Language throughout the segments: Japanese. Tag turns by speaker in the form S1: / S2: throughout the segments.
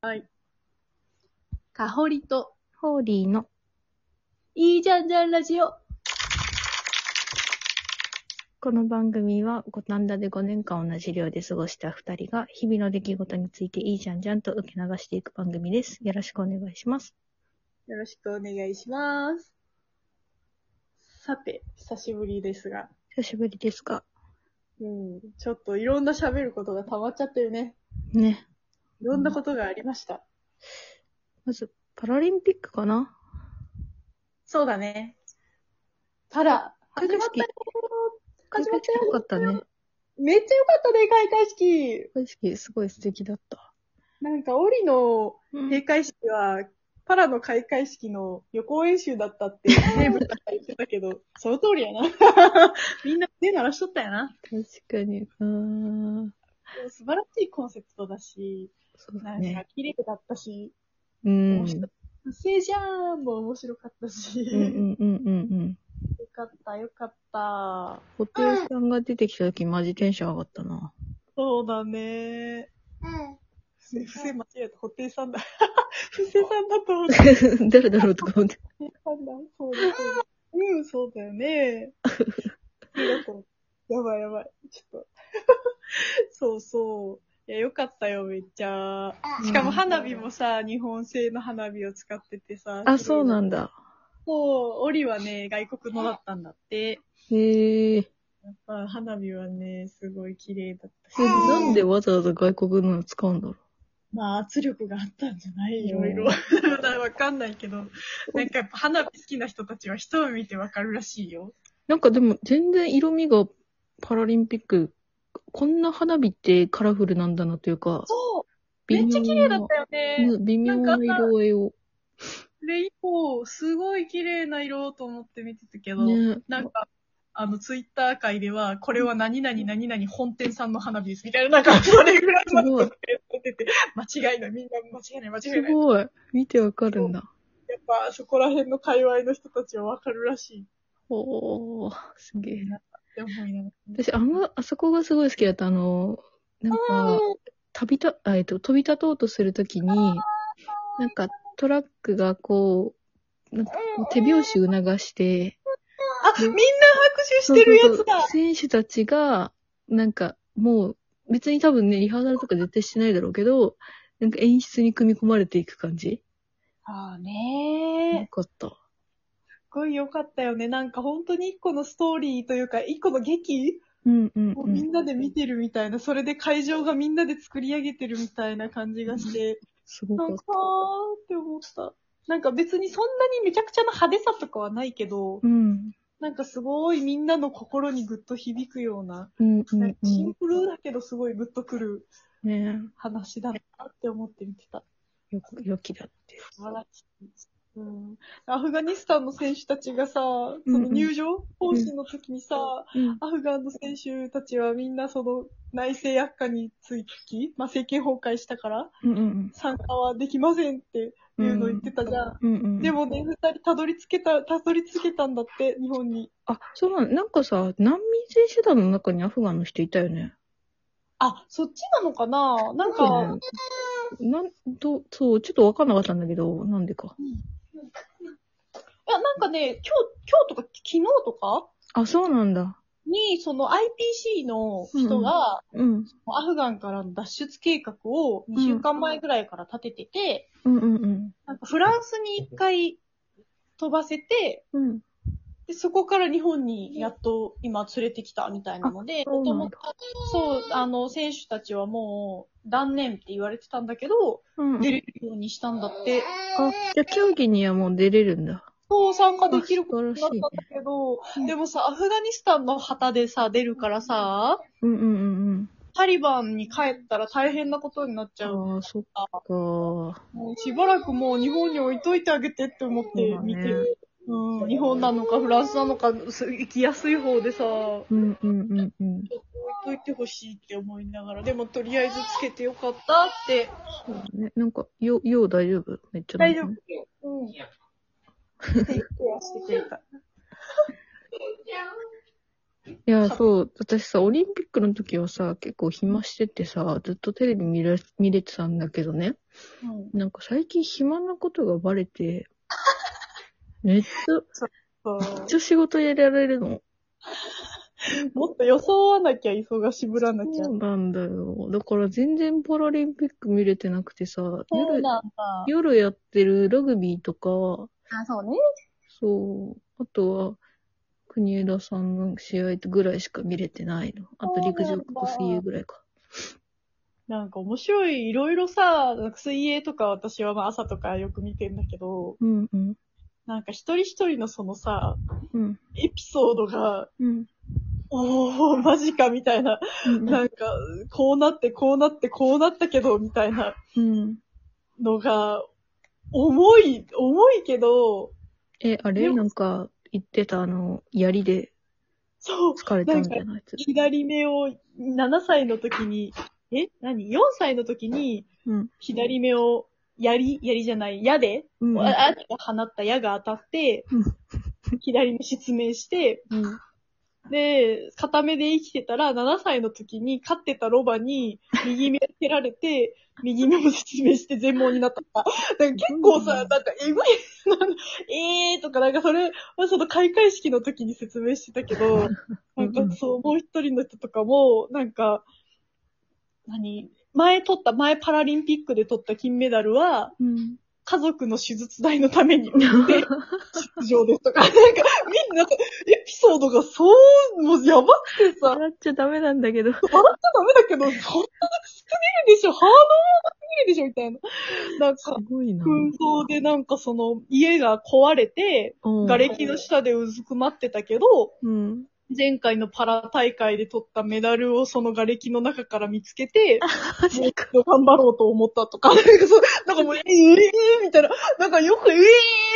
S1: はい。かほりと、
S2: ホーリーの。
S1: いいじゃんじゃんラジオ。
S2: この番組は、五反田で5年間同じ寮で過ごした2人が、日々の出来事についていいじゃんじゃんと受け流していく番組です。よろしくお願いします。
S1: よろしくお願いします。さて、久しぶりですが。
S2: 久しぶりですが、
S1: うん。ちょっといろんな喋ることが溜まっちゃってるね。
S2: ね。
S1: いろんなことがありました。
S2: まず、パラリンピックかな
S1: そうだね。パラ、
S2: 開
S1: 始
S2: 会
S1: まった
S2: 式
S1: よー始まった
S2: よか
S1: よ
S2: ったね。
S1: めっちゃよかったね、開会式
S2: 開会式、すごい素敵だった。
S1: なんか、オリの
S2: うん
S1: 閉会式は、パラの開会式の予行演習だったって、名物が言ってたけど、その通りや な。みんな手鳴らしとったやな。
S2: 確かに。うーん。
S1: でも素晴らしいコンセプトだし、
S2: そう
S1: な
S2: だ
S1: んか
S2: ね。
S1: 綺麗だったし、
S2: う
S1: 面
S2: ん。
S1: 白かった。せいじゃーんも面白かったし、
S2: うんうんうんうんうん。
S1: よかったよかった。
S2: 布袋さんが出てきた時、マジテンション上がったな。
S1: そうだね。うん。ね、伏せ間違えた。ホテイさんだ。 伏せさんだと思った。
S2: 誰だろうとか思って。
S1: 布施さんだ。そうだ、そうだ。うん、そうだよね。 なんかやばいやばい。ちょっと。 そうそう。いや、よかったよ、めっちゃ。しかも花火もさ、日本製の花火を使っててさ。
S2: あ、そうなんんだ。
S1: そう、オリはね、外国のだったんだって。
S2: へえ。
S1: あ花火はね、すごい綺麗だったし。
S2: なんでわざわざ外国のを使うんだろ
S1: まあ、圧力があったんじゃないい
S2: うん
S1: ろいろ。 まだわかんないけど。なんかやっぱ花火好きな人たちは一目見てわかるらしいよ。
S2: う。なんかでも全然色味がパラリンピック、こんな花火ってカラフルなんだなというか、
S1: そうめっちゃ綺麗だったよね。
S2: うん微妙な色合いを。
S1: で、以降、すごい綺麗な色と思って見てたけど、
S2: ね、
S1: なんか、あの、ツイッター界では、これは何々何々本店さんの花火ですみたいな、なんか、それぐらいまで撮ってて、間違いない、みんな間違いない、間違
S2: す
S1: いない。やっ
S2: ごい。見てわかるんだ。
S1: ぱ、そこら辺の界隈の人たちはわかるらしいっ
S2: おー、すげえ。
S1: て思いながら。
S2: 私、あの、あそこがすごい好きだった。あの、なんか、飛びた、あえっと、飛び立とうとするときに、なんかトラックがこう、なんか手拍子促して、
S1: あ、みんな拍手してるや
S2: そ
S1: つ
S2: うそうそ
S1: だ
S2: う選手たちが、なんかもう、別に多分ね、リハーサルとか絶対してないだろうけど、なんか演出に組み込まれていく感じ
S1: ああ
S2: よ
S1: ね
S2: かった。
S1: すごい良かったよね。なんか本当に一個のストーリーというか、一個の劇
S2: うんうん
S1: もう
S2: う
S1: み
S2: ん。
S1: んなで見てるみたいな、それで会場がみんなで作り上げてるみたいな感じがして、
S2: すご
S1: な
S2: か
S1: ん
S2: っ
S1: かーって思った。なんか別にそんなにめちゃくちゃな派手さとかはないけど
S2: た。、うん。
S1: なんかすごいみんなの心にグッと響くような、
S2: うんう
S1: なん
S2: ん
S1: か
S2: う
S1: シン
S2: ん。
S1: プルだけどすごいグッとくる
S2: ね
S1: 話だなって思って見てた。
S2: えよ、よきだって。
S1: 素晴らしい。うん、アフガニスタンの選手たちがさ、そ
S2: うん
S1: の入場方針の時にさ、
S2: うん。
S1: アフガンの選手たちはみんなその内政悪化につき、まあ、政権崩壊したから
S2: うんうん
S1: 参加はできませんっていう
S2: うん。
S1: のを言ってたじゃん。
S2: うんうん。
S1: でもね、二人たどり着けた、たどり着けたんだって、日本に。
S2: あ、そうなの、なんかさ、難民選手団の中にアフガンの人いたよね。
S1: あ、そっちなのかななんか、
S2: なんと、そう、ちょっとわかんなかったんだけど、なんでか。
S1: いや、なんかね、今日、今日とか昨日とか
S2: あ、そうなんだ。
S1: に、その IPC の人が、
S2: うん。
S1: アフガンからの脱出計画を2週間前ぐらいから立ててて、
S2: うんうんうん。
S1: なんかフランスに1回飛ばせて、
S2: うん。
S1: で、そこから日本にやっと今連れてきたみたいなので、
S2: あそうなんだ
S1: そう、あの、選手たちはもう断念って言われてたんだけど、
S2: うん。
S1: 出れるようにしたんだって、
S2: あ、じゃあ競技にはもう出れるんだ。
S1: そう参加できることになったんだ
S2: あ素晴
S1: けど、
S2: ね
S1: でもさ、アフガニスタンの旗でさ、出るからさ、
S2: うんうんうん
S1: タリバンに帰ったら大変なことになっちゃう。
S2: うん。ああ、そっか。
S1: もうしばらくもう日本に置いといてあげてって思って見てる。うん、日本なのかフランスなのか、す行きやすい方でさ、
S2: うんうんうんうん。
S1: 置いといてほしいって思いながら、でもとりあえずつけてよかったって。
S2: そうだね。なんか、よ、よう大丈夫めっちゃ。
S1: 大丈夫。うん。って言ってはしてくれた。
S2: いや、そう、私さ、オリンピックの時はさ、結構暇しててさ、ずっとテレビ見れ見れてたんだけどね、
S1: うん。
S2: なんか最近暇なことがバ レて、めっち
S1: そう
S2: ゃ、めっちゃ仕事やられるの。
S1: もっと装わなきゃ忙しぶらなきゃ。
S2: そうなんだよ。だから全然パラリンピック見れてなくてさ、夜、
S1: んだ。
S2: 夜やってるラグビーとか、
S1: あ、そうね。
S2: そう、あとは、国枝さんの試合ぐらいしか見れてないの。あと陸上と水泳ぐらいか。
S1: なんか面白い、いろいろさ、なんか水泳とか私はまあ朝とかよく見てんだけど、
S2: うんうん。
S1: なんか一人一人のそのさ、
S2: うん。
S1: エピソードが、
S2: うん。
S1: おー、マジかみたいな。
S2: うん
S1: なんか、こうなって、こうなって、こうなったけど、みたいな
S2: うん。
S1: のが、重い、重いけど、
S2: え、あ
S1: で
S2: れ
S1: も
S2: なんか、言ってたあの、槍で
S1: そう、
S2: 疲れたみたいなやつ。
S1: 左目を7歳の時に、え何 ?4 歳の時に、
S2: うん。
S1: 左目を、槍、槍じゃない、矢で、
S2: うん。
S1: ああって放った矢が当たって
S2: うん、
S1: 左目失明して、
S2: うん
S1: で、片目で生きてたら、7歳の時に飼ってたロバに、右目蹴られて、右目も失明して全盲になった。なんか結構さ、なんか、えぐい、なんかえーとか、なんかそれ、その開会式の時に説明してたけど、なん
S2: うん
S1: かそう、もう一人の人とかも、なんか、何前取った、前パラリンピックで取った金メダルは、
S2: うん。
S1: 家族の手術代のために、で、出場ですとか、なんか、みんな、エピソードがそう、もうやばくてさ、笑っ
S2: 笑っちゃダメなんだけど。
S1: ちゃダメだけど、そんなすぎるでしょ、ハードルすぎるでしょ、みたいな。なん
S2: す
S1: か、
S2: ごいな。
S1: 紛争でなんかその、家が壊れて、
S2: うん
S1: 瓦礫の下でうずくまってたけど、
S2: うん。
S1: 前回のパラ大会で取ったメダルをその瓦礫の中から見つけて、
S2: マ
S1: もう
S2: ジ
S1: 一
S2: か。
S1: 度頑張ろうと思ったとか、なん かそう、なんかもう、ええー、みたいな、なんかよくええ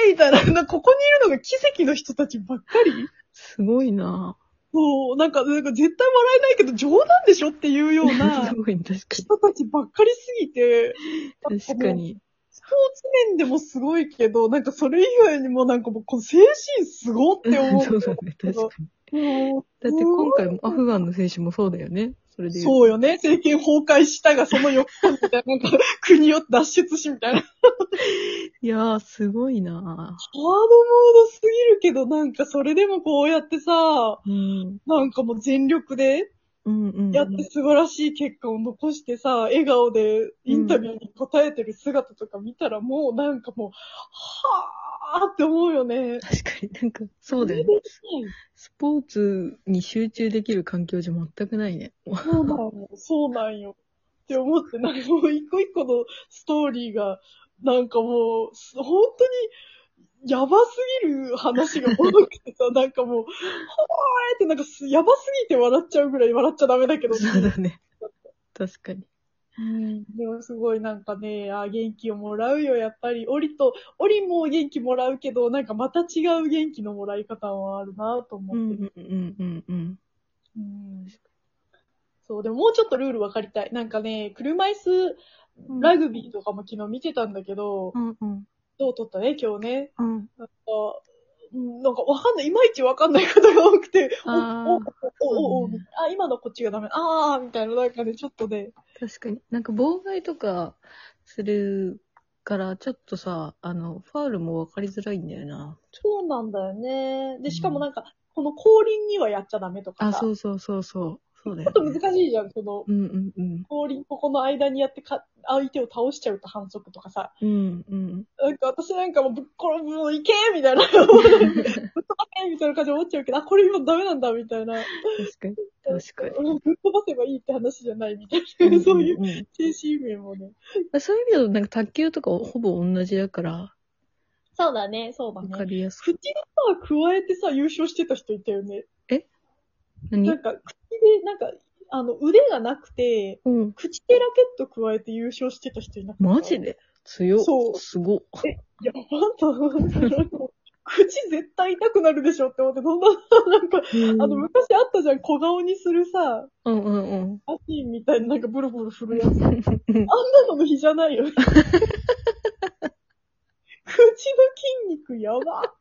S1: ー、みたいな、なんかここにいるのが奇跡の人たちばっかり。
S2: すごいな。
S1: もう、なんか、なんか絶対笑えないけど冗談でしょっていうような
S2: すごい、確か
S1: 人たちばっかりすぎて、
S2: に。確かに。
S1: スポーツ面でもすごいけど、なんかそれ以外にもなんかもうこの精神すごっ て
S2: そうだね
S1: 思う。、
S2: 確かに。だ
S1: もう
S2: って今回もアフガンの選手もそうだよね。それで言うと
S1: そうよね。政権崩壊したが、その横みたいな、なんか、国を脱出しみたいな。ハー
S2: いやー、すごい
S1: ド
S2: な。
S1: モードすぎるけど、なんか、それでもこうやってさ、
S2: うん。
S1: なんかもう全力で
S2: うんうんうん。
S1: やって素晴らしい結果を残してさ、笑顔でインタビューに答えてる姿とか見たらもうなんかもう、はーって思うよね。
S2: 確かになんか、そうだよね。
S1: そ
S2: スポーツに集中できる環境じゃ全くないね。
S1: うなんよ。そうなんよ。って思って、なんかもう一個一個のストーリーが、なんかもう、す本当に、やばすぎる話が多くてさ、 なんかもう、ほーいってなんかす、やばすぎて笑っちゃうぐらい笑っちゃダメだけど、
S2: そうだね。確かに。
S1: うん、でもすごいなんかね、あー元気をもらうよ、やっぱり。オリと、オリも元気もらうけど、なんかまた違う元気のもらい方はあるなと思
S2: う
S1: っ
S2: ん
S1: てる。
S2: うんうんうんうん。
S1: うんそう、でももうちょっとルール分かりたい。なんかね、車椅子ラグビーとかも昨日見てたんだけど、
S2: うんうん
S1: どう撮ったね、今日ね。
S2: うん。
S1: なんか、うんなんかわかんない、いまいちわかんないことが多くて、お、
S2: あ
S1: お、お
S2: ー、
S1: お、お、
S2: そうね
S1: あ、今のこっちがダメ、あー、みたいな、なんかね、ちょっとね、
S2: 確かに。なんか妨害とかするから、ちょっとさ、あの、ファールも分かりづらいんだよな。
S1: そうなんだよね。で、しかもなんか、この後輪にはやっちゃダメとか
S2: あ、
S1: さ。
S2: そう
S1: ち
S2: そうそうそう。そうだ
S1: ょ
S2: よ
S1: っと
S2: ね、
S1: 難しいじゃん、その、
S2: うんうんうん。
S1: 後輪ここの間にやってか、相手を倒しちゃうと反則とかさ。
S2: うんうん。
S1: なんか私なんかもうぶっ転ぶ、もういけみたいな。ぶっ飛ばせみたいな感じで思っちゃうけど、あ、これ今ダメなんだ、みたいな。
S2: 確かに。 確か
S1: うんぶっ飛ばせばいいって話じゃない、みたい
S2: に。
S1: な。そういうん
S2: んん
S1: 精神面もね。
S2: そういう意味だと、なんか卓球とかほぼ同じだから、
S1: そうだね、そうだ
S2: 分か。りやすく。
S1: 口でさ、加えてさ、優勝してた人いたよね。
S2: 何
S1: なんか、口で、なんか、あの、腕がなくて、
S2: うん。
S1: 口でラケット加えて優勝してた人いなかった。
S2: マジで強っ
S1: そう
S2: すごっ。
S1: やばと思ってなんか口絶対痛くなるでしょって思って、どんな、なんか、あの、
S2: うん
S1: 昔あったじゃん、小顔にするさ、
S2: うんうん
S1: アシンみたいになんかブルブル振るやつ。あんな
S2: うん。
S1: のの比じゃないよ。口 の筋肉やば。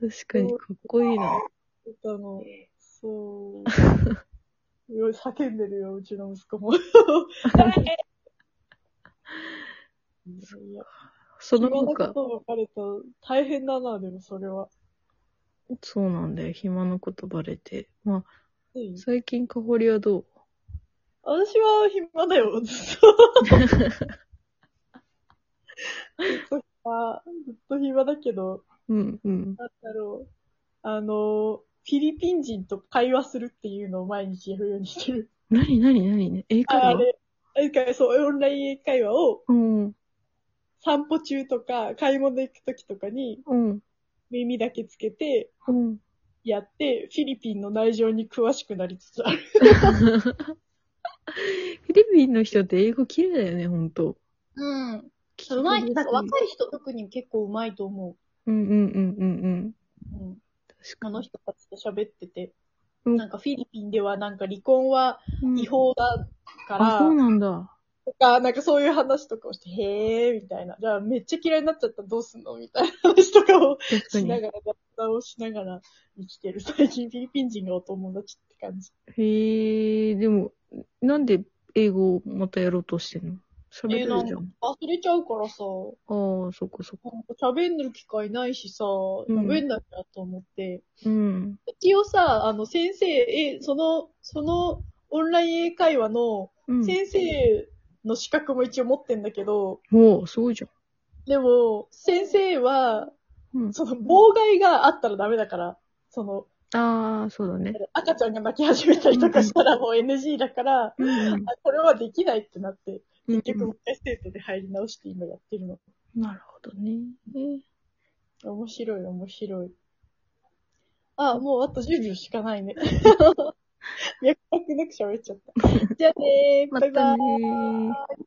S2: 確かにかっこいいな。
S1: たの。そう。よい叫んでるよ、うちの息子も。いや
S2: その
S1: 暇なこ
S2: 他、
S1: とばかりと大変だな、でもそれは。
S2: そうなんだよ。暇なことバレて。まあ、
S1: うん
S2: 最近、かほりはどう
S1: 私は暇だよ、ずっと。 ずっと暇、ずっと暇だけど、
S2: うん、うん。
S1: なんだろう。あの、フィリピン人と会話するっていうのを毎日やるようにしてる。
S2: なになになに英会
S1: あ
S2: 話
S1: れ、なんかそう、オンライン英会話を
S2: うん、
S1: 散歩中とか、買い物行く時とかに
S2: うん、
S1: 耳だけつけて
S2: うん。
S1: やって、フィリピンの内情に詳しくなりつつある。
S2: フィリピンの人って英語綺麗だよね、ほんと。
S1: うん。
S2: 聞き
S1: うまい、なんか
S2: 取りや
S1: 若い人特に結構うまいと思
S2: すいうんうんうんうんうん。
S1: う。うん。
S2: 確か
S1: この人たちと喋ってて。
S2: うん
S1: なんかフィリピンではなんか離婚は
S2: に。
S1: 違法だか
S2: あ、
S1: ら、
S2: そうなんだ。
S1: とか、なんかそういう話とかをして、へーみたいな。じゃあめっちゃ嫌いになっちゃったらどうすんのみたいな話とかを
S2: 確か
S1: し
S2: に。
S1: な
S2: へ
S1: がら、雑談をしながら生きてる。最近フィリピン人がお友達って感じ。
S2: え、でも、なんで英語をまたやろうとしてんの喋れ
S1: えーな
S2: る
S1: ん
S2: じ
S1: か
S2: ゃん。
S1: 忘れちゃうからさ、
S2: ああ、そっかそっか。
S1: なんか喋んる機会ないしさ、
S2: ん
S1: 喋んなきゃと思って。
S2: うん。
S1: 一応さ、あの先生、え、その、そのオンライン英会話の
S2: うん。
S1: 先生の資格も一応持ってんだけど、
S2: おお、すごいじゃ
S1: でも、先生は、
S2: ん。うん。
S1: その、妨害があったらダメだから、その、
S2: ああ、そうだね。
S1: 赤ちゃんが泣き始めたりとかしたらもう NG だから、
S2: うんうん。
S1: あこれはできないってなって、
S2: うん
S1: 結局もう一回生徒で入り直して今やってるの。
S2: なるほどね。
S1: 面白い、面白い。あ、もうあと10秒しか ないね。 脈絡なく喋っちゃった。じゃあねー、
S2: ま
S1: バイバ
S2: た
S1: イ。
S2: ねー。